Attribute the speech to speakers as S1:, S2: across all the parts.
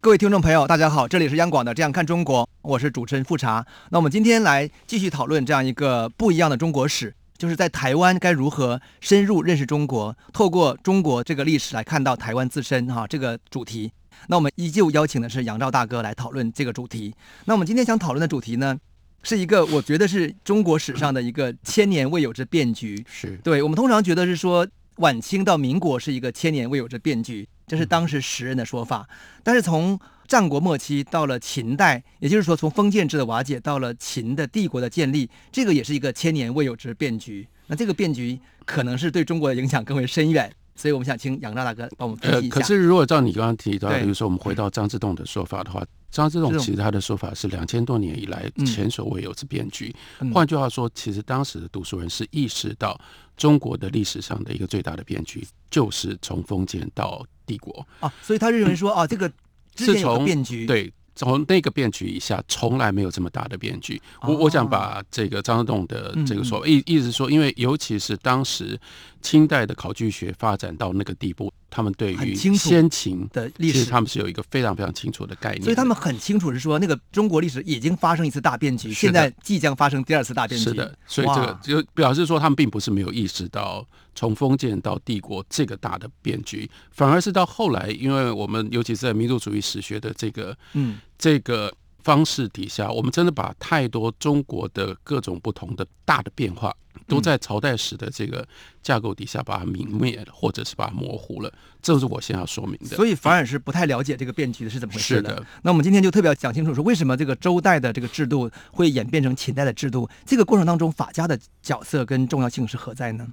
S1: 各位听众朋友，大家好，这里是央广的《这样看中国》，我是主持人富察。那我们今天来继续讨论这样一个不一样的中国史，就是在台湾该如何深入认识中国，透过中国这个历史来看到台湾自身哈、这个主题。那我们依旧邀请的是杨照大哥来讨论这个主题。那我们今天想讨论的主题呢，是一个我觉得是中国史上的一个千年未有之变局，
S2: 是
S1: 对我们通常觉得是说晚清到民国是一个千年未有之变局，这是当时时人的说法。但是从战国末期到了秦代，也就是说从封建制的瓦解到了秦的帝国的建立，这个也是一个千年未有之变局。那这个变局可能是对中国的影响更为深远，所以我们想请杨照大哥帮我们分
S2: 呃
S1: 析，一下。
S2: 可是如果照你刚刚提到的，
S1: 对嗯
S2: 比如说我们回到张之洞的说法的话，张之洞
S1: 这种
S2: 其实他的说法是两千多年以来
S1: 嗯
S2: 前所未有之变局。
S1: 嗯
S2: 换句话说，其实当时的读书人是意识到中国的历史上的一个最大的变局，就是从封建到帝国，
S1: 啊，所以他认为说啊，这个之前
S2: 是
S1: 有个
S2: 从
S1: 变局，，
S2: 对。从那个变局以下，从来没有这么大的变局。我
S1: 哦
S2: 我想把这个张之洞的这
S1: 嗯
S2: 个说法，意意思是说，因为尤其是当时清代的考据学发展到那个地步，他们对
S1: 很
S2: 于
S1: 清楚
S2: 先秦
S1: 的历
S2: 其
S1: 史
S2: 实他们是有一个非常非常清楚的概念的，
S1: 所以他们很清楚是说那个中国历史已经发生一次大变局，
S2: 是
S1: 现
S2: 的
S1: 在即将发生第二次大变局。
S2: 是的，所以这
S1: 哇
S2: 个就表示说他们并不是没有意识到从封建到帝国这个大的变局，反而是到后来，因为我们尤其是在民族主义史学的这个
S1: 嗯
S2: 这个方式底下，我们真的把太多中国的各种不同的大的变化，都
S1: 嗯
S2: 在朝代史的这个架构底下把它泯灭了，或者是把它模糊了，这是我先要说明的。
S1: 所以反而是不太了解这个变局是怎么回事
S2: 是的
S1: 那我们今天就特别要讲清楚，说为什么这个周代的这个制度会演变成秦代的制度？这个过程当中，法家的角色跟重要性是何在呢？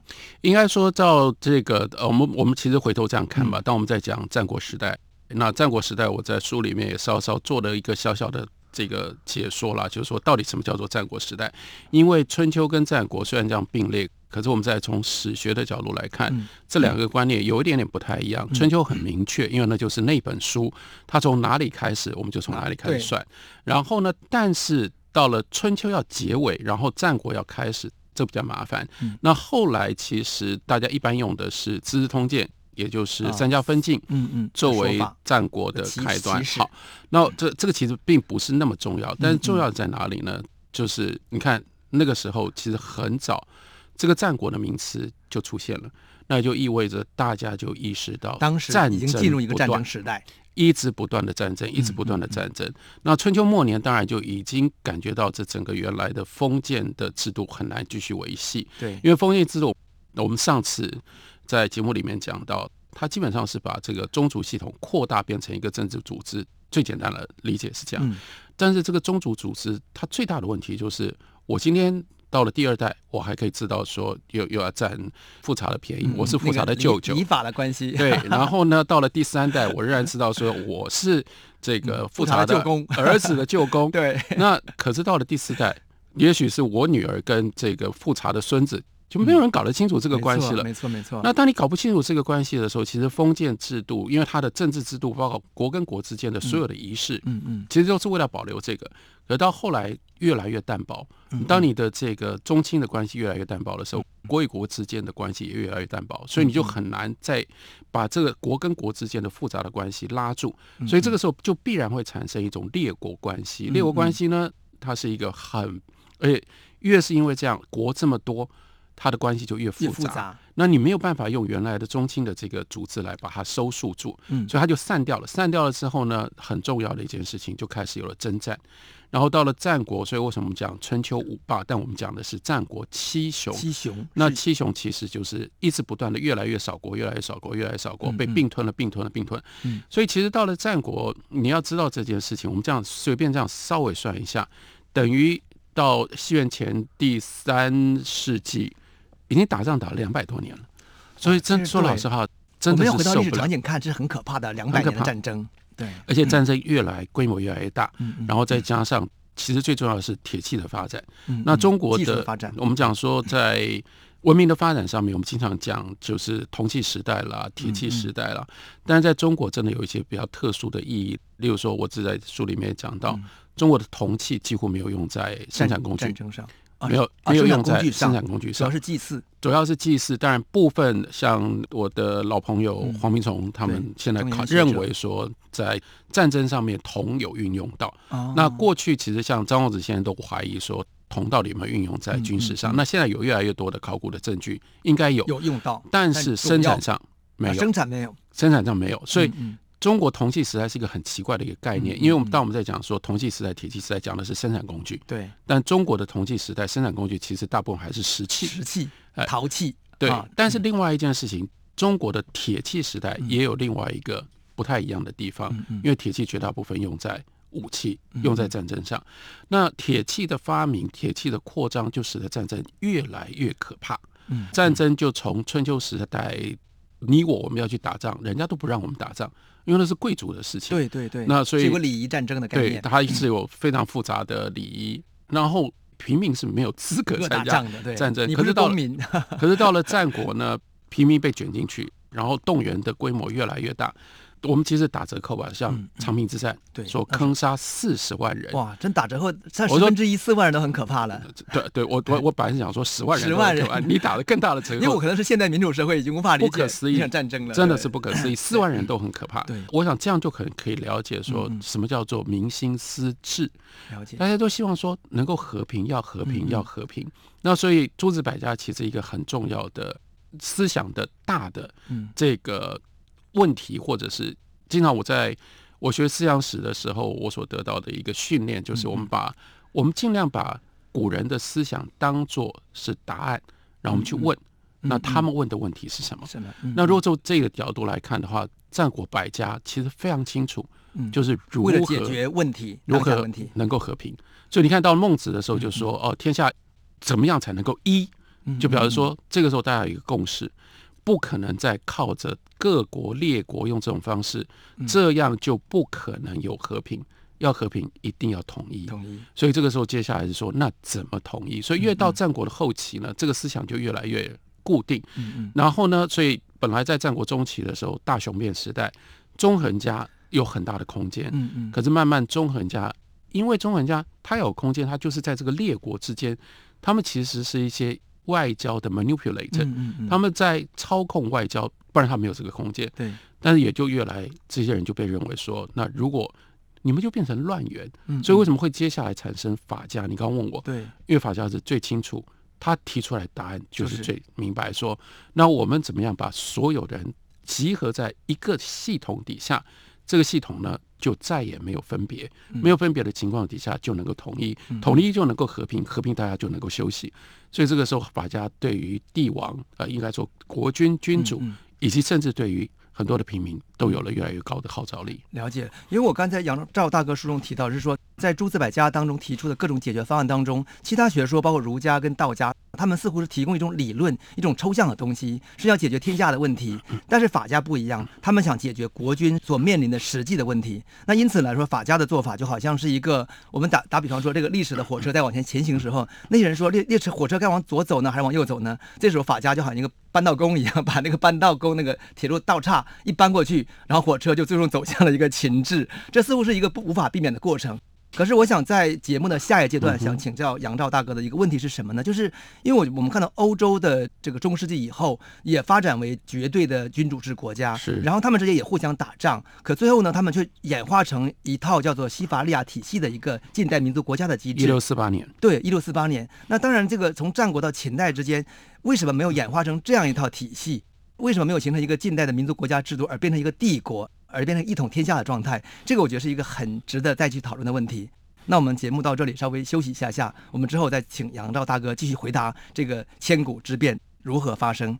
S2: 应该说，照这个，呃，我们我们其实回头这样看
S1: 嗯
S2: 吧。当我们在讲战国时代，那战国时代，我在书里面也稍稍做了一个小小的这个解说啦，就是说到底什么叫做战国时代？因为春秋跟战国虽然这样并列，可是我们再从史学的角度来看，
S1: 嗯
S2: 这两个观念有一点点不太一样。春秋很明确，因为那就是那本书，它从哪里开始，我们就从哪里开
S1: 对
S2: 始算。然后呢，但是到了春秋要结尾，然后战国要开始，这比较麻烦。
S1: 嗯
S2: 那后来其实大家一般用的是《资治通鉴》，也就是
S1: 啊
S2: 三家分晋。
S1: 嗯嗯，
S2: 作
S1: 说
S2: 为
S1: 法
S2: 战国的
S1: 起
S2: 开端
S1: 起，始
S2: 好，那这这个其实并不是那么重
S1: 嗯
S2: 要，但是重要在哪里呢？就是你看那个时候其实很早，这个战国的名词就出现了，那就意味着大家就意识到
S1: 当时
S2: 战
S1: 已经
S2: 争
S1: 进入一个
S2: 不
S1: 战
S2: 断
S1: 争时嗯代，
S2: 一直不断的战争，一直不断的战争。那春秋末年当然就已经感觉到这整个原来的封建的制度很难继续维系，
S1: 对，
S2: 因为封建制度，我们上次在节目里面讲到，它基本上是把这个宗族系统扩大变成一个政治组织。最简单的理解是这样，
S1: 嗯
S2: 但是这个宗族组织它最大的问题就是，我今天到了第二代，我还可以知道说又又要占富察的便宜，
S1: 嗯
S2: 我是富察的舅舅，
S1: 礼法的关系，
S2: 对，然后呢，到了第三代，我仍然知道说我是这个
S1: 嗯富
S2: 富
S1: 察的
S2: 察的
S1: 舅公
S2: 儿子的舅 公。
S1: 对，
S2: 那可是到了第四代，也许是我女儿跟这个富察的孙子，就没有人搞得清楚这
S1: 这
S2: 个关系了。
S1: 没错没错。
S2: 那当你搞不清楚这个关系的时候，其实封建制度，因为它的政治制度，包括国跟国之间的所有的仪式，
S1: 嗯嗯，
S2: 其实都是为了保留这个。可到后来越来越淡薄
S1: 嗯嗯，嗯
S2: 当你的这个中亲的关系越来越淡薄的时候，国与国之间的关系也越来越淡薄，所以你就很难再把这个国跟国之间的复杂的关系拉住。
S1: 嗯
S2: 所以这个时候就必然会产生一种列国关系。列国关系呢，它是一个很，而且越是因为这样，国这么多，它的关系就越复
S1: 越
S2: 杂。
S1: 复杂，
S2: 那你没有办法用原来的中亲的这个组织来把它收束住，
S1: 嗯
S2: 所以它就散掉了。散掉了之后呢，很重要的一件事情就开始有了征战。然后到了战国，所以为什么我们讲春秋五霸，但我们讲的是战国七雄。
S1: 七雄
S2: 那
S1: 是
S2: 七雄其实就是一直不断的越来越少国，越来越少国，越来越少国，
S1: 嗯
S2: 被
S1: 嗯
S2: 并吞了，并吞了，并吞。
S1: 嗯
S2: 所以其实到了战国，你要知道这件事情，我们这样随便这样稍微算一下，等于到西元前第三世纪，已经打仗打了两百多年了。所以
S1: 这
S2: 真
S1: 是
S2: 说
S1: 对
S2: 老实话，
S1: 我
S2: 真
S1: 们
S2: 的
S1: 要
S2: 是
S1: 回到
S2: 受
S1: 历史
S2: 不了
S1: 场，景看，这是很可怕的两百
S2: 很可
S1: 年的
S2: 怕
S1: 战争，对，
S2: 而且战争越来规模越来越大，
S1: 嗯嗯
S2: 然后再加上其实最重要的是铁器的发展。
S1: 嗯
S2: 那
S1: 嗯
S2: 中国
S1: 技术的
S2: 的
S1: 发展，
S2: 我们讲说在文明的发展上面，我们经常讲就是铜器时代啦、
S1: 嗯
S2: 铁器时代啦，但是在中国真的有一些比较特殊的意义，例如说，我只在书里面也讲到，中国的铜器几乎没有用在生产工
S1: 嗯战
S2: 具。
S1: 争上，
S2: 没有
S1: 啊
S2: 没有
S1: 生产
S2: 用
S1: 工
S2: 在
S1: 具上
S2: 生产工具
S1: 主要
S2: 上，
S1: 是祭祀，
S2: 主要是祭祀。当然，部分像我的老朋友
S1: 嗯
S2: 黄明崇他们
S1: 对
S2: 现在
S1: 中
S2: 考
S1: 原学
S2: 认
S1: 者
S2: 为说，在战争上面铜有运用到，
S1: 哦
S2: 那过去其实像张望子先生都怀疑说铜到底有没有运用在军事上，那现在有越来越多的考古的证据，应该有，
S1: 嗯啊有用到，
S2: 但是生产上没
S1: 啊
S2: 有，
S1: 生产没有，
S2: 生产上没有，所以
S1: 嗯
S2: 中国铜器时代是一个很奇怪的一个概念，
S1: 嗯嗯
S2: 因为我们当我们在讲说铜器时代、铁器时代讲的是生产工具，
S1: 对，
S2: 但中国的铜器时代生产工具其实大部分还是石器
S1: 石，器
S2: 哎、
S1: 陶器，
S2: 对
S1: 啊。
S2: 但是另外一件事情，中国的铁器时代
S1: 嗯
S2: 也有另外一个不太一样的地方，
S1: 嗯嗯
S2: 因为铁器绝大部分用在武器
S1: 嗯，
S2: 用在战争上。那铁器的发明，铁器的扩张，就使得战争越来越可怕。
S1: 嗯
S2: 战争就从春秋时代，你我我们要去打仗，人家都不让我们打仗，因为那是贵族的事情。
S1: 对对对，
S2: 那所以
S1: 是有个礼仪战争的概
S2: 对，
S1: 念，
S2: 它是有非常复杂的礼仪，然后平民是没有资格
S1: 各打
S2: 参加
S1: 仗的，对
S2: 战争。
S1: 你
S2: 可
S1: 不
S2: 是
S1: 是
S2: 到
S1: 公
S2: 了
S1: 民，
S2: 可是到了战国呢，平民被卷进去，然后动员的规模越来越大。我们其实打折扣吧，像
S1: 嗯嗯
S2: 长平之战，
S1: 对
S2: 说
S1: 那是
S2: 坑杀四十万人。
S1: 哇，真打折后，三十
S2: 我说
S1: 分之一四万人都很可怕了。
S2: 对对，我我我本来是想说十万人，
S1: 10万人
S2: 对吧你打了更大的折
S1: 因为我
S2: 扣
S1: 可，能是现代民主社会已经无法理
S2: 不
S1: 解
S2: 可思议
S1: 一场战争了，
S2: 真的
S1: 对
S2: 是 不可思议，四万人都很可怕。
S1: 对
S2: 我想这样就可能可以了解说
S1: 嗯嗯
S2: 什么叫做民心思治，
S1: 了解
S2: 大。家都希望说能够和平，要和
S1: 嗯
S2: 平，
S1: 嗯
S2: 要和平。那所以诸子百家其实一个很重要的思想的大的
S1: 嗯
S2: 这个问题，或者是经常我在我学思想史的时候，我所得到的一个训练，就是
S1: 嗯
S2: 我们把我们尽量把古人的思想当做是答案，然后我们去
S1: 嗯
S2: 问，那他们问的问题是什么？
S1: 什么？嗯
S2: 那如果就这个角度来看的话，战国百家其实非常清楚，
S1: 嗯
S2: 就是如
S1: 为
S2: 何
S1: 了解决问题，
S2: 如
S1: 当下
S2: 何
S1: 问题，嗯
S2: 能够和平。所以你看到孟子的时候就说：“哦，天下怎么样才能够一？”就表示
S1: 嗯
S2: 说，这个时候大家有一个共识，不可能再靠着各国列国用这种方式，
S1: 嗯
S2: 这样就不可能有和平。要和平，一定要统一。
S1: 同意。
S2: 所以这个时候，接下来是说，那怎么统一？所以越到战国的后期呢，这个思想就越来越固定。
S1: 嗯嗯，
S2: 然后呢，所以本来在战国中期的时候，大雄变时代，纵横家有很大的空间。
S1: 嗯嗯，
S2: 可是慢慢中横家，因为中横家它有空间，它就是在这个列国之间，他们其实是一些外交的 manipulator，、
S1: 嗯嗯嗯
S2: 他们在操控外交，不然他没有这个空间。
S1: 对，
S2: 但是也就越来这些人就被认为说，那如果你们就变成乱源，
S1: 嗯
S2: 所以为什
S1: 么？
S2: 么会接下来产生法家？你刚刚问我，
S1: 对，
S2: 因为法家是最清楚，他提出来答案就
S1: 就是
S2: 是最明白说，那我们怎么样把所有人集合在一个系统底下，这个系统呢就再也没有分别，
S1: 嗯
S2: 没有分别的情况底下就能够统一，统一就能够和平，和平大家就能够休息。所以这个时候，法家对于帝王，呃，应该说国君、君主，
S1: 嗯嗯
S2: 以及甚至对于很多的平民，都有了越来越高的号召力。
S1: 了解。因为我刚才杨照大哥书中提到，是说在诸子百家当中提出的各种解决方案当中，其他学说包括儒家跟道家，他们似乎是提供一种理论、一种抽象的东西，是要解决天下的问题。但是法家不一样，他们想解决国君所面临的实际的问题。那因此来说，法家的做法就好像是一个，我们打打比方说，这个历史的火车在往前前行时候，那些人说列列车火车该往左走呢，还是往右走呢？这时候法家就好像一个扳道工一样，把那个扳道工那个铁路道岔一扳过去，然后火车就最终走向了一个秦制。这似乎是一个不无法避免的过程。可是我想在节目的下一阶段，想请教杨照大哥的一个问题是什么呢？就是因为我我们看到欧洲的这个中世纪以后，也发展为绝对的君主制国家，
S2: 是
S1: 然后他们之间也互相打仗，可最后呢，他们却演化成一套叫做西法利亚体系的一个近代民族国家的机
S2: 一
S1: 制。
S2: 六四八年，
S1: 对，一六四八年。那当然，这个从战国到秦代之间，为什么没有演化成这样一套体系？为什么没有形成一个近代的民族国家制度，而变成一个帝国，而变成一统天下的状态？这个我觉得是一个很值得再去讨论的问题。那我们节目到这里稍微休息一下下，我们之后再请杨照大哥继续回答这个千古之变如何发生。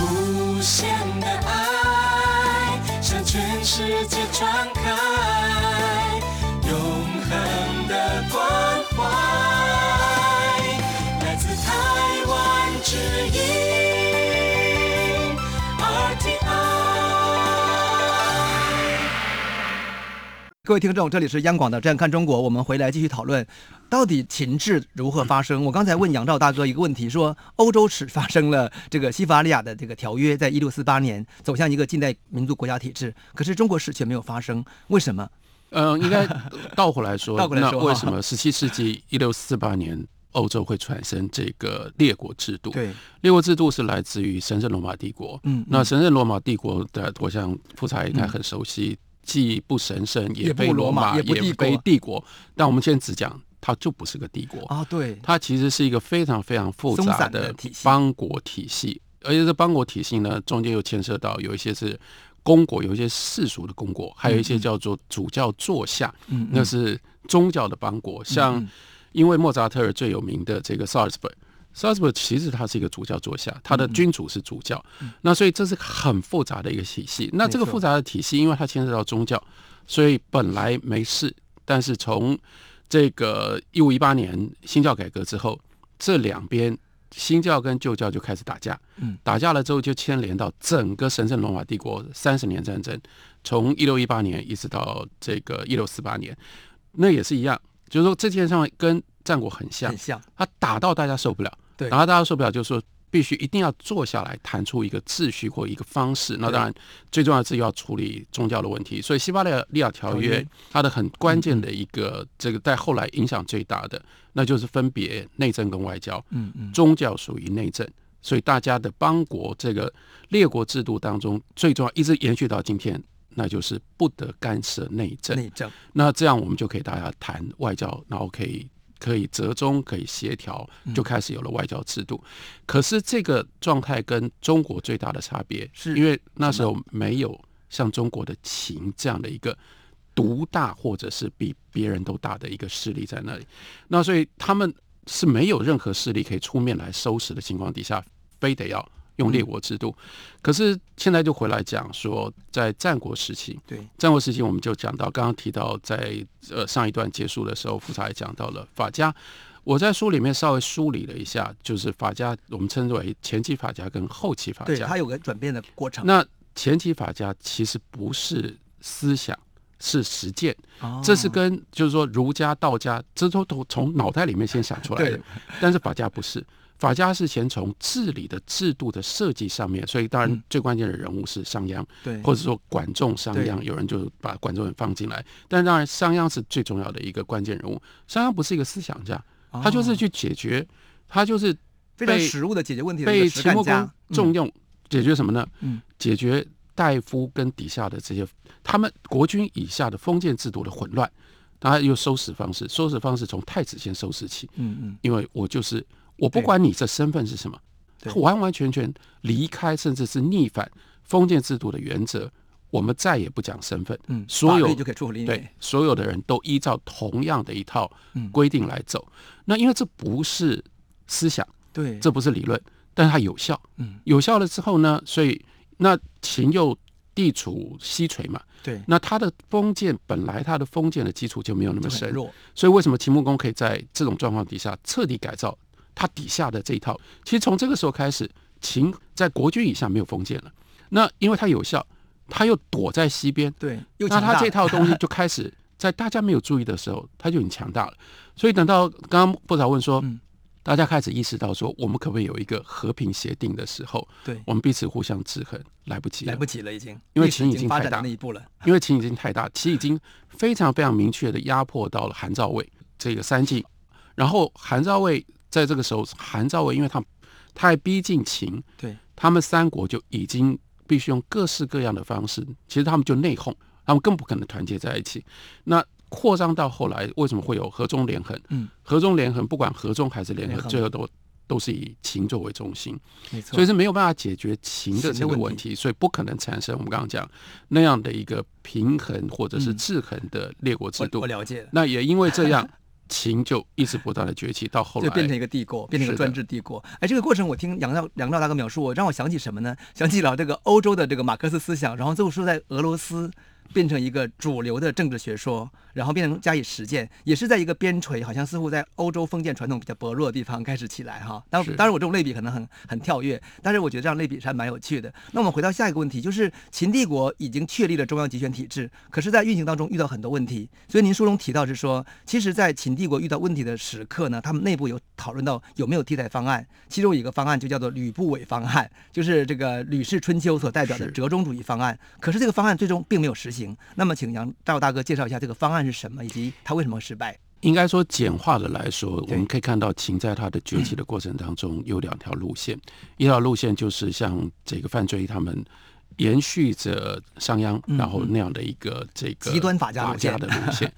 S3: 无限的爱向全世界传开，永恒的关怀，来自台湾之音 RTI。
S1: 各位听众，这里是央广的《这样看中国》，我们回来继续讨论，到底情治如何发生？我刚才问杨照大哥一个问题，说欧洲史发生了这个西法利亚的这个条约，在一六四八年走向一个近代民族国家体制，可是中国史却没有发生，为什么？
S2: 嗯，应该倒回来说，
S1: 倒回来说
S2: 那为什么十七世纪一六四八年欧洲会产生这个列国制度？，
S1: 对，
S2: 列国制度是来自于神圣罗马帝国。
S1: 嗯，
S2: 那
S1: 嗯
S2: 神圣罗马帝国的，我想富察应该很熟悉，既不神圣，
S1: 也不
S2: 非
S1: 罗
S2: 罗
S1: 马也
S2: 也
S1: 不帝国
S2: 非帝国。但我们现在只讲，它就不是个帝国，
S1: 啊，对，
S2: 它其实是一个非常非常复
S1: 松
S2: 杂
S1: 散的体系
S2: 邦国体系，而且这邦国体系呢，中间又牵涉到有一些是公国，有一些世俗的公国，还有一些叫做主教座下，
S1: 嗯，
S2: 那
S1: 嗯
S2: 是宗教的邦国。像
S1: 嗯
S2: 因为莫扎特尔最有名的这个 Salzburg。Salzburg 其实它是一个主教座下，它
S1: 嗯
S2: 的君主是主教，那所以这是很复杂的一个体系。那这个
S1: 没错
S2: 复杂的体系，因为它牵涉到宗教，所以本来没事，但是从这个一五一八年新教改革之后，这两边新教跟旧教就开始打架，
S1: 嗯
S2: 打架了之后就牵连到整个神圣罗马帝国三十年战争，从一六一八年一直到这个一六四八年，那也是一样，就是说这件事上跟战国很像
S1: 很，像，
S2: 他打到大家受不了，
S1: 对
S2: 打到大家受不了，就是说必须一定要坐下来谈出一个秩序或一个方式。那当然，最重要的是要处理宗教的问题。所以《西巴利亚条
S1: 条
S2: 约
S1: 约》嗯
S2: 它的很关键的一个，这个在后来影响最大的，那就是分别内政跟外交。
S1: 嗯嗯，
S2: 宗教属于内政，所以大家的邦国这个列国制度当中，最重要一直延续到今天，那就是不得干涉内政。
S1: 内政，
S2: 那这样我们就可以大家谈外交，然后可以可以折中，可以协调，
S1: 嗯
S2: 就开始有了外交制度。可是这个状态跟中国最大的差别，
S1: 是
S2: 因为那时候没有像中国的秦这样的一个独大或者是比别人都大的一个势力在那里，那所以他们是没有任何势力可以出面来收拾的情况底下，非得要。用列国制度，
S1: 嗯
S2: 可是现在就回来讲说，在战国时期，
S1: 对，
S2: 战国时期，我们就讲到，刚刚提到在呃上一段结束的时候，富察也讲到了法家。我在书里面稍微梳理了一下，就是法家，我们称之为前期法家跟后期法
S1: 对，
S2: 家
S1: 它。有个转变的过程，
S2: 那前期法家其实不是思想，是实践。
S1: 哦
S2: 这是跟就是说儒家、道家，这都都从脑袋里面先想出来的
S1: 对。
S2: 但是法家不是，法家是先从治理的制度的设计上面，所以
S1: 嗯
S2: 当然最关键的人物是商鞅，
S1: 对
S2: 或者说管仲、商鞅，有人就把管仲也放进来。但当然，商鞅是最重要的一个关键人物。商鞅不是一个思想家，他就是
S1: 哦
S2: 去解决，他就是
S1: 非常
S2: 被
S1: 实务的解决问题的一
S2: 被
S1: 个实
S2: 秦
S1: 干
S2: 穆
S1: 家
S2: 公，重用，解决什么呢？
S1: 嗯
S2: 解决大夫跟底下的这些他们国君以下的封建制度的混乱，然后又收拾方式，收拾方式从太子先收拾起，
S1: 嗯嗯
S2: 因为我就是我不
S1: 对
S2: 管你这身份是什么
S1: 对，
S2: 完完全全离开甚至是逆反封建制度的原则，我们再也不讲身份，
S1: 嗯，
S2: 所
S1: 法律
S2: 有
S1: 就可以处理你，
S2: 对，所有的人都依照同样的一套
S1: 嗯
S2: 规定来走。那因为这不是思想，
S1: 对，
S2: 这不是理论，但它有效。
S1: 嗯
S2: 有效了之后呢，所以那秦又地处西陲嘛，
S1: 对，
S2: 那它的封建本来它的封建的基础就没有那么
S1: 就很
S2: 深，
S1: 弱，
S2: 所以为什么秦穆公可以在这种状况底下彻底改造他底下的这一套？其实从这个时候开始，秦在国君以下没有封建了。那因为它有效，它又躲在西边，
S1: 对， 又
S2: 那
S1: 强
S2: 他
S1: 大
S2: 这套东西就开始在大家没有注意的时候，他就很强大了。所以等到刚刚不少问说，
S1: 嗯
S2: 大家开始意识到说，我们可不可以有一个和平协定的时候，
S1: 对，
S2: 我们彼此互相制衡，来不及了，
S1: 来不及了已经，
S2: 因为
S1: 历史
S2: 秦已
S1: 已经
S2: 经
S1: 发
S2: 太
S1: 展到
S2: 大
S1: 那一步了，
S2: 因为秦已经太大，秦已经非常非常明确的压迫到了韩赵魏这个三晋，然后韩赵魏在这个时候，韩赵魏因为他们太逼近秦，
S1: 对，
S2: 他们三国就已经必须用各式各样的方式，其实他们就内讧，他们更不可能团结在一起。那扩张到后来，为什么会有合纵连横？
S1: 嗯，
S2: 合纵连横，不管合纵还是联
S1: 联
S2: 合，
S1: 合
S2: 最后都都是以秦作为中心，
S1: 没错，
S2: 所以是没有办法解决秦的
S1: 秦的
S2: 这个
S1: 问题
S2: 问题，所以不可能产生我们刚刚讲那样的一个平衡或者是
S1: 嗯
S2: 制衡的列国制
S1: 我
S2: 度
S1: 我。了解了，
S2: 那也因为这样， 秦就一直不断的崛起，到后来
S1: 就变成一个帝国，变成一个
S2: 是的
S1: 专制帝国。哎，这个过程我听杨照杨照大哥描述，我让我想起什么呢？想起了这个欧洲的这个马克思思想，然后最后是在俄罗斯变成一个主流的政治学说，然后变成加以实践，也是在一个边陲，好像似乎在欧洲封建传统比较薄弱的地方开始起来哈。当
S2: 是
S1: 当然，我这种类比可能很很跳跃，但是我觉得这样类比是还蛮有趣的。那我们回到下一个问题，就是秦帝国已经确立了中央集权体制，可是，在运行当中遇到很多问题。所以您书中提到是说，其实，在秦帝国遇到问题的时刻呢，他们内部有讨论到有没有替代方案，其中有一个方案就叫做吕不韦方案，就是这个吕氏春秋所代表的
S2: 是
S1: 折中主义方案。可是这个方案最终并没有实行。那么，请杨赵大哥介绍一下这个方案是什么，以及它为什么失败？
S2: 应该说，简化的来说，
S1: 对
S2: 我们可以看到秦在它的崛起的过程当中有两条路线，一条路线就是像这个范追他们延续着商鞅，
S1: 嗯
S2: 然后那样的一个这个
S1: 极端法家路
S2: 法
S1: 线
S2: 家的路 线，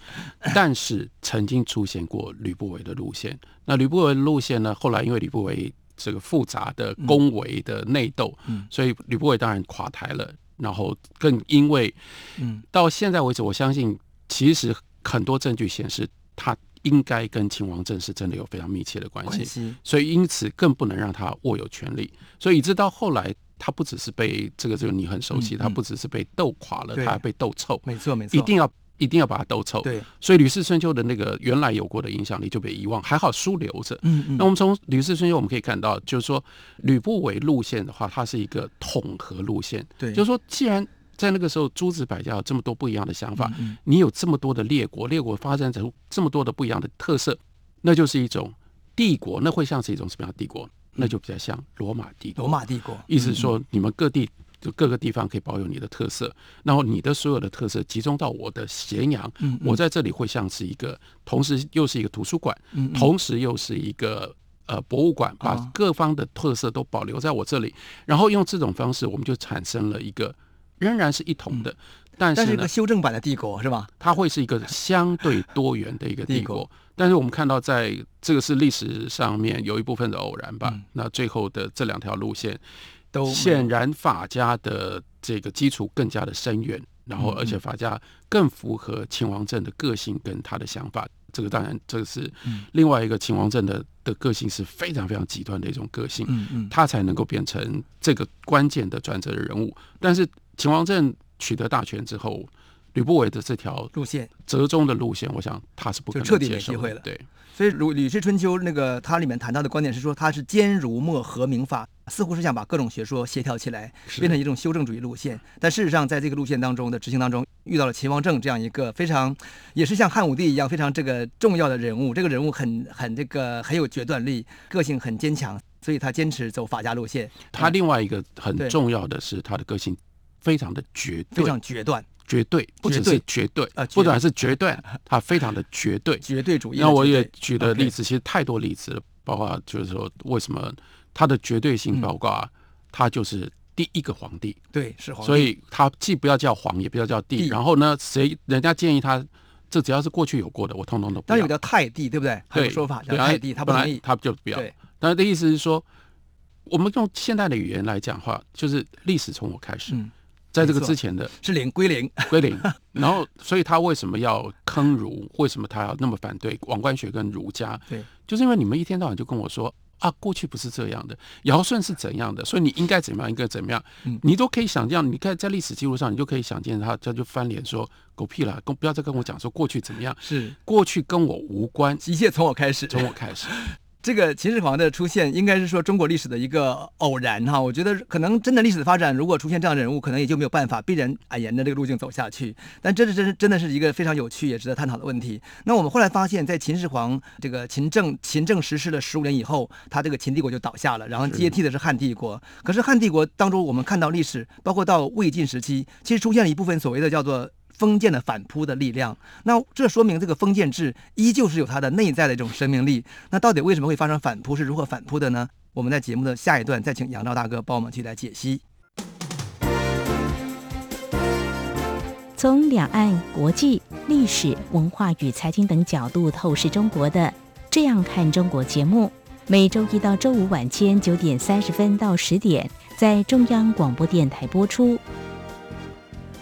S2: 但是曾经出现过吕不韦的路线。那吕不韦的路线呢，后来因为吕不韦这个复杂的宫闱的内斗，
S1: 嗯
S2: 所以吕不韦当然垮台了，然后更因为
S1: 嗯
S2: 到现在为止，我相信其实很多证据显示，他应该跟秦王政是真的有非常密切的关
S1: 关
S2: 系，
S1: 系
S2: 所以因此更不能让他握有权力。所以一直到后来，他不只是被这个这个你很熟悉，
S1: 嗯嗯
S2: 他不只是被斗垮了，
S1: 对
S2: 他还被斗臭，
S1: 没错没错，
S2: 一定要一定要把他斗臭。
S1: 对，
S2: 所以吕氏春秋的那个原来有过的影响力就被遗忘，还好书留着。
S1: 嗯嗯，
S2: 那我们从吕氏春秋我们可以看到，就是说吕不韦路线的话，它是一个统合路线，
S1: 对
S2: 就是说既然在那个时候诸子百家有这么多不一样的想法，
S1: 嗯嗯
S2: 你有这么多的列国，列国发展出这么多的不一样的特色，那就是一种帝国，那会像是一种什么样的帝
S1: 嗯
S2: 国？那就比较像罗马帝国。
S1: 罗马帝国
S2: 意思是说你们各地就各个地方可以保有你的特色，然后你的所有的特色集中到我的咸阳
S1: 嗯，嗯
S2: 我在这里会像是一个，同时又是一个图书馆
S1: 嗯嗯，
S2: 同时又是一个。呃，博物馆把
S1: 哦
S2: 各方的特色都保留在我这里，然后用这种方式，我们就产生了一个仍然是一统的，但
S1: 但是一
S2: 是呢
S1: 个，修正版的帝国是吧？
S2: 它会是一个相对多元的一个帝
S1: 帝
S2: 国
S1: 国。
S2: 但是我们看到，在这个是历史上面有一部分的偶然吧。
S1: 嗯
S2: 那最后的这两条路线，
S1: 都没有
S2: 显然法家的这个基础更加的深远，然后
S1: 嗯嗯
S2: 而且法家更符合秦王政的个性跟他的想法。这个当然，这个是
S1: 嗯
S2: 另外一个秦王政的的个性是非常非常极端的一种个性。
S1: 嗯嗯，
S2: 他才能够变成这个关键的转折的人物。但是秦王政取得大权之后，吕不韦的这条
S1: 路线
S2: 折中的路线，我想他是不可能
S1: 就彻底
S2: 接
S1: 没机
S2: 受的
S1: 会了嗯
S2: 对，
S1: 所以《吕吕氏春秋》那个它里面谈到的观点是说，它是兼儒墨和明法，似乎是想把各种学说协调起来，
S2: 是
S1: 变成一种修正主义路线。但事实上，在这个路线当中的执行当中，遇到了秦王政这样一个非常，也是像汉武帝一样非常这个重要的人物。这个人物很很这个很有决断力，个性很坚强，所以他坚持走法家路线，
S2: 他另外一个很
S1: 对
S2: 重要的是他的个性非常的绝对，
S1: 非常决断，
S2: 绝对，不只是绝对
S1: 啊，绝
S2: 不管是绝 对，他非常的绝对。
S1: 绝对主义的
S2: 那
S1: 绝对。
S2: 我也举的
S1: OK
S2: 例子其实太多例子了，包括就是说为什么他的绝对性，
S1: 嗯
S2: 包括啊他就是第一个皇帝。
S1: 对是皇帝，
S2: 所以他既不要叫皇，也不要叫帝。
S1: 帝
S2: 然后呢，谁人家建议他，这只要是过去有过的，我通通都不
S1: 当然
S2: 要。
S1: 有叫太帝，对不对？还有
S2: 对
S1: 个说法叫
S2: 对啊
S1: 太帝，他不
S2: 本
S1: 同
S2: 来
S1: 意。
S2: 他就不要。
S1: 对，
S2: 但是的意思是说，我们用现代的语言来讲话，就是历史从我开始，
S1: 嗯，
S2: 在这个
S1: 没错
S2: 之前的
S1: 是零归零。
S2: 归零。 然后，所以他为什么要坑儒？为什么他要那么反对王冠学跟儒家？
S1: 对，
S2: 就是因为你们一天到晚就跟我说。啊，过去不是这样的，尧舜是怎样的，所以你应该怎么样，应该怎么样，
S1: 嗯
S2: 你都可以想象。你看，在历史记录上，你就可以想见他，他就翻脸说狗屁啦，跟不要再跟我讲说过去怎么样，
S1: 是
S2: 过去跟我无关，
S1: 一切从我开始。
S2: 从我开始。
S1: 这个秦始皇的出现，应该是说中国历史的一个偶然哈。我觉得可能真的历史的发展，如果出现这样的人物，可能也就没有办法，必然啊沿着这个路径走下去。但这是真是真的是一个非常有趣也值得探讨的问题。那我们后来发现，在秦始皇这个秦政秦政实施了十五年以后，他这个秦帝国就倒下了，然后接替的是汉帝国。可是汉帝国当中，我们看到历史，包括到魏晋时期，其实出现了一部分所谓的叫做。封建的反扑的力量，那这说明这个封建制依旧是有它的内在的一种生命力。那到底为什么会发生反扑？是如何反扑的呢？我们在节目的下一段再请杨照大哥帮我们去来解析。
S4: 从两岸、国际、历史文化与财经等角度透视中国的《这样看中国》节目，每周一到周五晚间九点三十分到十点在中央广播电台播出。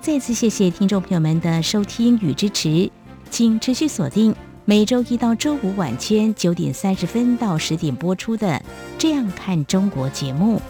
S4: 再次谢谢听众朋友们的收听与支持，请持续锁定每周一到周五晚间九点三十分到十点播出的《这样看中国》节目。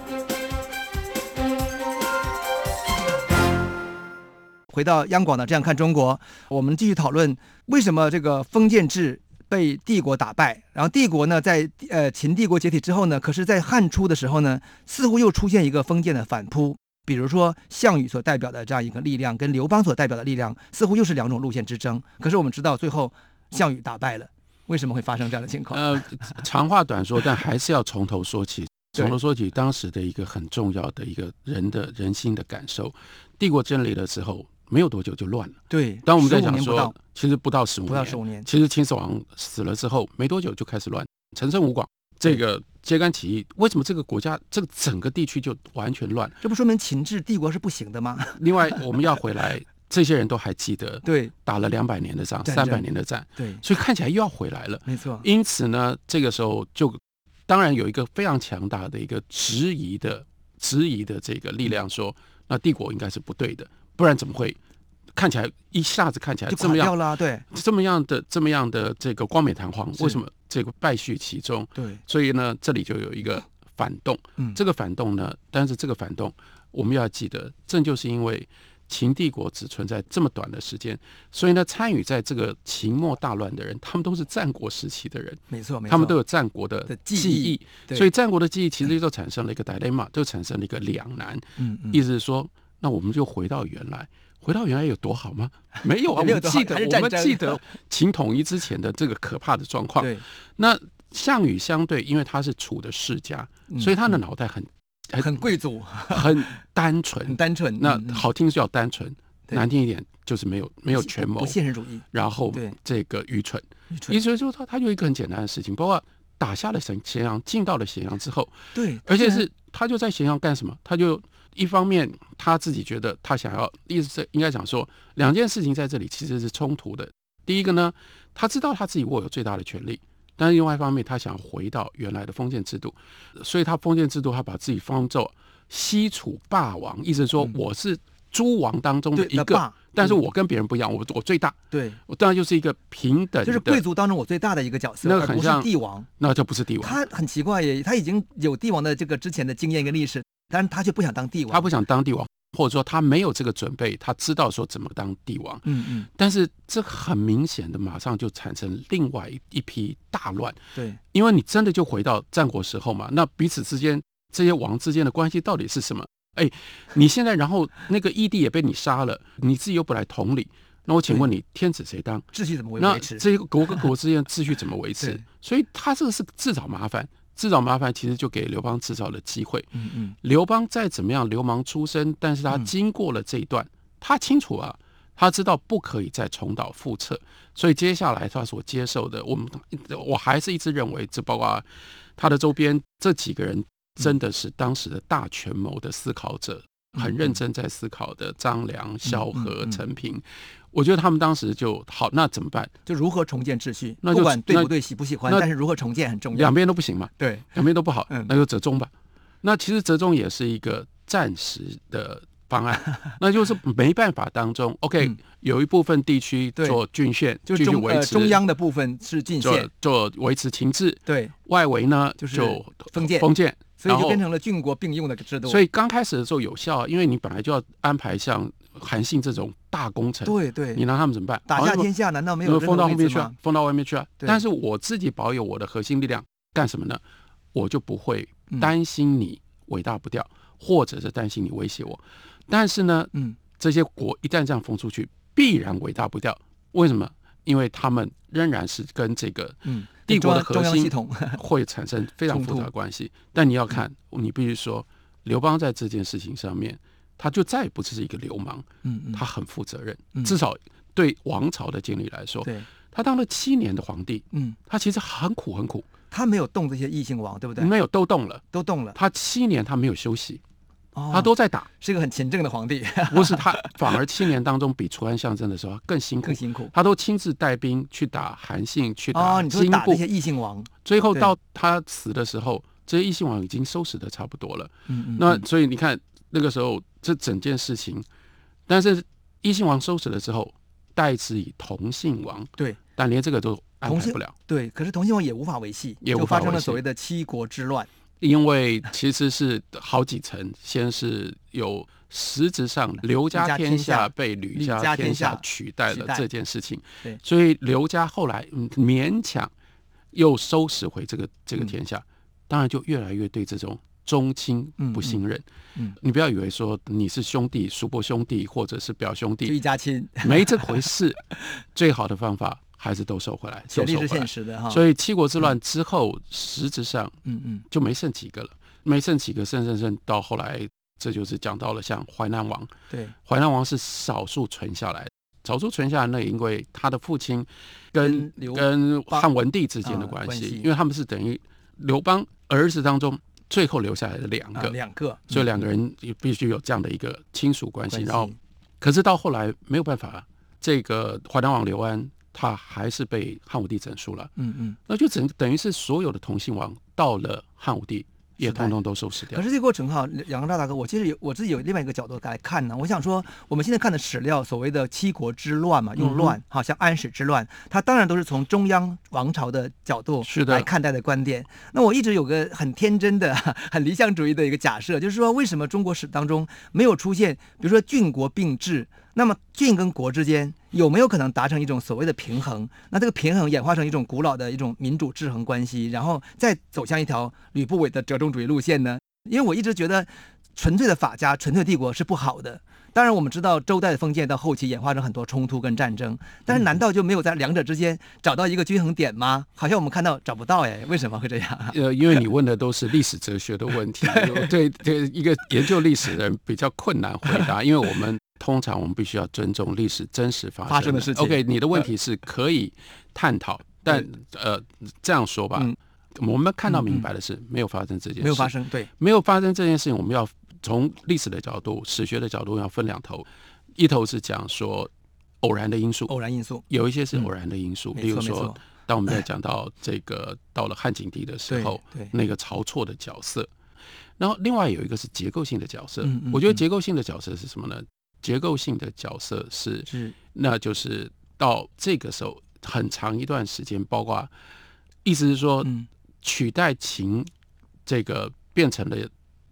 S1: 回到央广的《这样看中国》，我们继续讨论为什么这个封建制被帝国打败。然后帝国呢，在呃秦帝国解体之后呢，可是在汉初的时候呢，似乎又出现一个封建的反扑。比如说项羽所代表的这样一个力量，跟刘邦所代表的力量，似乎又是两种路线之争。可是我们知道，最后项羽打败了，为什么会发生这样的情况？
S2: 呃，长话短说，但还是要从头说起。
S1: 对
S2: 从头说起，当时的一个很重要的一个人的人心的感受。帝国建立了之后，没有多久就乱了。
S1: 对，
S2: 当我们在
S1: 15
S2: 讲
S1: 年不
S2: 说
S1: 到，
S2: 其实不到十五年，
S1: 不到15年
S2: 其实秦始皇死了之后没多久就开始乱，陈胜吴广这个揭竿起义，为什么这个国家这个整个地区就完全乱？
S1: 这不说明秦制帝国是不行的吗？
S2: 另外，我们要回来，这些人都还记得，
S1: 对
S2: 打了两百年的仗，
S1: 战
S2: 三
S1: 争
S2: 百年的战，
S1: 对，
S2: 所以看起来又要回来了。
S1: 没错，
S2: 因此呢，这个时候就当然有一个非常强大的一个质疑的质疑的这个力量说，那帝国应该是不对的，不然怎么会看起来一下子看起来
S1: 就
S2: 呃这
S1: 垮
S2: 么样
S1: 掉了啊，对
S2: 这么样的这么样的这个冠冕堂皇，
S1: 是
S2: 为什么这个败絮其中？
S1: 对，
S2: 所以呢，这里就有一个反动。
S1: 嗯，
S2: 这个反动呢，但是这个反动，我们要记得，正就是因为秦帝国只存在这么短的时间，所以呢，参与在这个秦末大乱的人，他们都是战国时期的人，
S1: 没错没错，
S2: 他们都有战国的
S1: 的记忆
S2: 记忆，
S1: 对
S2: 所以战国的记忆其实就产生了一个 dilemma，就产生了一个两难。
S1: 嗯嗯
S2: 意思是说，那我们就回到原来，回到原来有多好吗？没有啊，我
S1: 没有
S2: 们
S1: 多好
S2: 记得
S1: 还是
S2: 我
S1: 战
S2: 们
S1: 争
S2: 记得秦统一之前的这个可怕的状况。
S1: 对，
S2: 那项羽相对，因为他是楚的世家，
S1: 嗯
S2: 所以他的脑袋很很
S1: 很贵族，
S2: 很单
S1: 很
S2: 纯。
S1: 单纯，
S2: 嗯那
S1: 嗯嗯
S2: 好听是叫单纯，
S1: 对
S2: 难听一点就是没有没有权谋
S1: 不，现实主义，
S2: 然后
S1: 对
S2: 这个愚蠢。
S1: 愚蠢
S2: 意思就是说他他有一个很简单的事情，包括打下了沈咸阳，进到了咸阳之后，
S1: 对，
S2: 而且
S1: 他
S2: 是他就在咸阳干什么？他就一方面他自己觉得他想要，意思是应该讲说两件事情在这里其实是冲突的。第一个呢，他知道他自己握有最大的权利，但是另外一方面他想回到原来的封建制度，所以他封建制度他把自己方做西楚霸王，意思是说我是诸王当中的
S1: 嗯对
S2: 一
S1: 的
S2: 个
S1: 霸，
S2: 但是
S1: 嗯
S2: 我跟别人不一样，我我最大，
S1: 对，
S2: 我当然就是一个平等的，
S1: 就是贵族当中我最大的一个角色，
S2: 那
S1: 而
S2: 很
S1: 不是
S2: 像
S1: 帝王。
S2: 那就不是帝王，
S1: 他很奇怪耶，他已经有帝王的这个之前的经验跟历史，但是他却不想当帝王。
S2: 他不，想当帝王，或者说他没有这个准备，他知道说怎么当帝王，
S1: 嗯嗯，
S2: 但是这很明显的马上就产生另外一一批大乱，
S1: 对，
S2: 因为你真的就回到战国时候嘛，那彼此之间这些王之间的关系到底是什么？哎，你现在然后那个义帝也被你杀了，你自己又不来同理，那我请问你天子谁当？
S1: 秩序怎么维
S2: 那
S1: 维持？
S2: 这些国跟国之间的秩序怎么维持
S1: 对？
S2: 所以他这个是自找麻烦，自找麻烦其实就给刘邦制造了机会。
S1: 嗯嗯，
S2: 刘邦再怎么样流氓出身，但是他经过了这一段，他清楚啊，他知道不可以再重蹈覆辙，所以接下来他所接受的，我们我还是一直认为，这包括他的周边这几个人，真的是当时的大权谋的思考者，
S1: 嗯
S2: 很认真在思考的张良、萧
S1: 嗯
S2: 何
S1: 嗯、
S2: 陈平。我觉得他们当时就好，那怎么办？
S1: 就如何重建秩序，
S2: 那就
S1: 不管对
S2: 那
S1: 不对、喜不喜欢，
S2: 那
S1: 但是如何重建很重要
S2: 两。边都不行嘛，
S1: 对，
S2: 两边都不好
S1: 嗯，
S2: 那就折中吧。那其实折中也是一个暂时的方案， 那就是没办法当中，OK，、
S1: 嗯有
S2: 有一部分地区
S1: 对
S2: 做郡县，
S1: 就
S2: 继续
S1: 中
S2: 维
S1: 呃
S2: 持、
S1: 中央的部分是郡县
S2: 做，做维持情治，
S1: 对，
S2: 外围呢
S1: 就是
S2: 就
S1: 封建
S2: 封建，
S1: 所以
S2: 然
S1: 就
S2: 后
S1: 变成了郡国并用的制度。
S2: 所以刚开始的时候有效啊，因为你本来就要安排像韩信这种大工程，
S1: 对对
S2: 你，拿他们怎么办？
S1: 打
S2: 好
S1: 下
S2: 那么
S1: 天下难道没
S2: 那
S1: 有
S2: 么
S1: 任何
S2: 封到后
S1: 位
S2: 面
S1: 置
S2: 去啊
S1: 吗？，
S2: 封到外面去啊。
S1: 对
S2: 但是我自己保有我的核心力量，干什么呢？我就不会
S1: 嗯
S2: 担心你伟大不掉，或者是担心你威胁我。但是呢，
S1: 嗯，
S2: 这些国一旦这样封出去，必然伟大不掉。为什么？因为他们仍然是跟这个
S1: 嗯
S2: 帝国的
S1: 中央
S2: 核
S1: 中央系
S2: 心
S1: 统
S2: 会产生非常
S1: 冲突
S2: 复杂的关系。但你要看，你必须说，刘邦在这件事情上面，他就再也不是一个流氓，
S1: 嗯嗯，
S2: 他很负责任
S1: 嗯，
S2: 至少对王朝的建立来说，
S1: 对，
S2: 他当了七年的皇帝，
S1: 嗯，
S2: 他其实很苦很苦，
S1: 他没有动这些异姓王，对不对？
S2: 没有都动了。
S1: 都动了，
S2: 他七年他没有休息，
S1: 哦
S2: 他都在打，
S1: 是一个很勤政的皇帝，
S2: 不是他， 反而七年当中比楚汉相争的时候更辛苦
S1: 更，辛苦。
S2: 他都亲自带兵去打韩信，去
S1: 哦，
S2: 打
S1: 你说
S2: 金
S1: 打
S2: 部
S1: 那，些异姓王，
S2: 最后
S1: 对
S2: 到他死的时候，这些异姓王已经收拾的差不多了。
S1: 嗯嗯
S2: 那
S1: 嗯
S2: 所以你看那个时候这整件事情，但是异姓王收拾了之后，代之以同姓王，
S1: 对
S2: 但连这个都安
S1: 同
S2: 排
S1: 姓
S2: 不了，
S1: 对，可是同姓王也无法维系，
S2: 也
S1: 就
S2: 无法
S1: 发生
S2: 维
S1: 了
S2: 系
S1: 所谓的七国之乱。
S2: 因为其实是好几层，先是有实质上刘
S1: 刘家
S2: 家天
S1: 天下
S2: 下被吕
S1: 吕家
S2: 家
S1: 天
S2: 天下
S1: 下
S2: 取代
S1: 取
S2: 了
S1: 代
S2: 这件事情
S1: 对，
S2: 所以刘家后来嗯勉强又收拾回这个这个
S1: 嗯
S2: 天下，当然就越来越对这种。宗亲
S1: 嗯
S2: 不信任，
S1: 嗯嗯
S2: 你不要以为说你是兄弟、叔伯兄弟或者是表兄弟
S1: 就，一家亲，
S2: 没这回事。最好的方法还是都收回 来，
S1: 权
S2: 都
S1: 力
S2: 收
S1: 是
S2: 回
S1: 现。
S2: 来
S1: 实的哈。以，
S2: 所以七国之乱之后，实质上
S1: 嗯嗯，
S2: 就没剩几个了，没剩几个，剩剩剩到后来，这就是讲到了像淮南王，
S1: 对，
S2: 淮南王是少数存下来的。少数存下来，那也因为他的父亲跟
S1: 跟刘
S2: 跟
S1: 邦
S2: 汉文帝之间的
S1: 啊
S2: 关
S1: 关
S2: 系
S1: 系，
S2: 因为他们是等于刘邦儿子当中最后留下来的两
S1: 啊
S2: 个，
S1: 两个，嗯
S2: 所以两
S1: 个
S2: 个人也必须有这样的一个亲属关系，
S1: 关
S2: 然后
S1: 系
S2: 可是到后来没有办法了，这个淮南王刘安他还是被汉武帝整肃了，
S1: 嗯嗯。
S2: 那就整等于是所有的同姓王到了汉武帝也
S1: 时代
S2: 通通都收拾掉
S1: 可。是这个过程哈，杨光照大哥，我其实有我自己有另外一个角度来看呢。我想说，我们现在看的史料，所谓的七国之乱嘛，
S2: 嗯
S1: 用
S2: 哼
S1: 乱，好像安史之乱，它当然都是从中央王朝的角度
S2: 是的
S1: 来看待的观点。那我一直有个很天真的、 很理想主义的一个假设，就是说，为什么中国史当中没有出现，比如说郡国并治？那么郡跟国之间有没有可能达成一种所谓的平衡？那这个平衡演化成一种古老的一种民主制衡关系，然后再走向一条吕不韦的折中主义路线呢？因为我一直觉得纯粹的法家、纯粹帝国是不好的。当然，我们知道周代的封建到后期演化成很多冲突跟战争，但
S2: 嗯
S1: 是难道就没有在两者之间找到一个均衡点吗？好像我们看到找不到哎，为什么会这样啊？
S2: 呃，因为你问的都是历史哲学的 问题，对对，一个研究历史的人比较困难回答，因为我们通常我们必须要尊重历史真实发
S1: 发生的事情呃
S2: OK，你的问题是可以探讨，但呃，这样说吧，
S1: 嗯
S2: 我们看到
S1: 嗯嗯
S2: 明白的是没有发生这件事，
S1: 没有发生，对，
S2: 没有发生这件事情，我们要从历史的角度、史学的角度要分两头，一头是讲说偶然的因素，
S1: 偶然因素，
S2: 有一些是偶然的因素，
S1: 嗯没错
S2: 例如
S1: 没
S2: 说
S1: 错，
S2: 当我们在讲到这个 到了汉景帝的时候
S1: 对对，
S2: 那个晁错的角色，然后另外有一个是结构性的角色，
S1: 嗯嗯
S2: 我觉得
S1: 嗯
S2: 结构性的角色是什么呢？结构性的角色是，
S1: 是
S2: 那就是到这个时候很长一段时间，包括意思是说，
S1: 嗯
S2: 取代秦这个变成了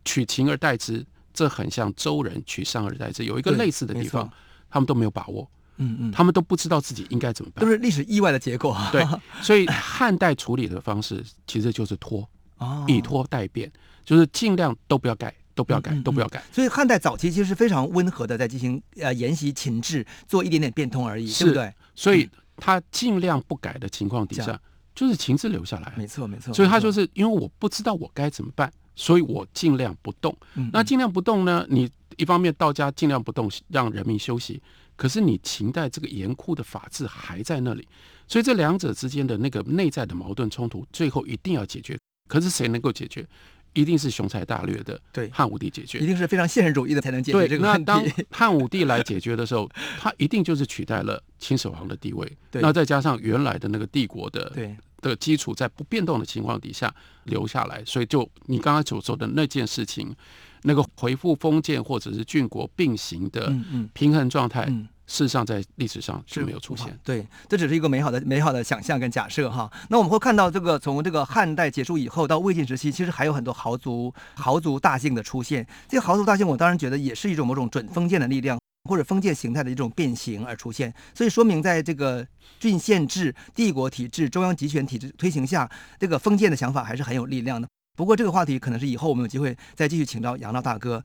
S2: 取秦而代之，这很像周人取商而代之，有一个
S1: 对
S2: 类似的
S1: 没
S2: 地方
S1: 错，
S2: 他们都没有把握，
S1: 嗯嗯，
S2: 他们都不知道自己应该怎么办
S1: 都。是历史意外的结果，
S2: 对，所以汉代处理的方式其实就是拖，
S1: 哦，
S2: 以拖代变，就是尽量都不要改，都不要改
S1: 嗯嗯，
S2: 都不要改。
S1: 所以汉代早期其实是非常温和的，在进行呃沿袭秦制，做一点点变通而已，对不
S2: 是
S1: 对？
S2: 所以
S1: 嗯
S2: 他尽量不改的情况底
S1: 这
S2: 下
S1: 样，
S2: 就是情志留下来啊
S1: 没。错，没错。
S2: 所以他
S1: 没错
S2: 就，是因为我不知道我该怎么办，所以我尽量不动。
S1: 嗯
S2: 那
S1: 嗯
S2: 尽量不动呢，你一方面道家尽量不动，让人民休息，可是你秦代这个严酷的法治还在那里，所以这两者之间的那个内在的矛盾冲突，最后一定要解决。可是谁能够解决？一定是雄才大略的
S1: 对
S2: 汉武帝解
S1: 一
S2: 决。
S1: 定是非常现实主义的才能解决
S2: 对
S1: 这，个
S2: 那
S1: 问
S2: 当
S1: 题。
S2: 汉武帝来解决的时候，他一定就是取代了秦始皇的地位。
S1: 对
S2: 那再加上原来的那个帝国的
S1: 对，
S2: 的基础在不变动的情况底下留下来，所以就你刚刚所说的那件事情，那个回复封建或者是郡国并行的
S1: 嗯嗯
S2: 平衡状态，
S1: 嗯
S2: 事实上在历史上
S1: 是
S2: 是没有出
S1: 无法
S2: 现。
S1: 对，这只是一个美好的美好的想象跟假设哈。那我们会看到这个从这个汉代结束以后到魏晋时期，其实还有很多豪族豪族大姓的出现。这个豪族大姓，我当然觉得也是一种某种准封建的力量。或者封建形态的一种变形而出现，所以说明在这个郡县制、帝国体制、中央集权体制推行下，这个封建的想法还是很有力量的。不过这个话题可能是以后我们有机会再继续请到杨照大哥。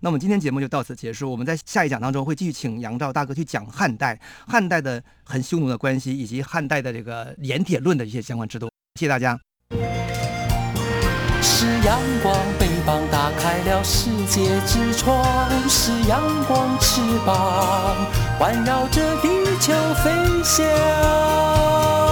S1: 那我们今天节目就到此结束，我们在下一讲当中会继续请杨照大哥去讲汉代、汉代的很匈奴的关系，以及汉代的这个盐铁论的一些相关制度。谢谢大家。
S3: 是阳光，翅膀打开了世界之窗；是阳光，翅膀环绕着地球飞翔。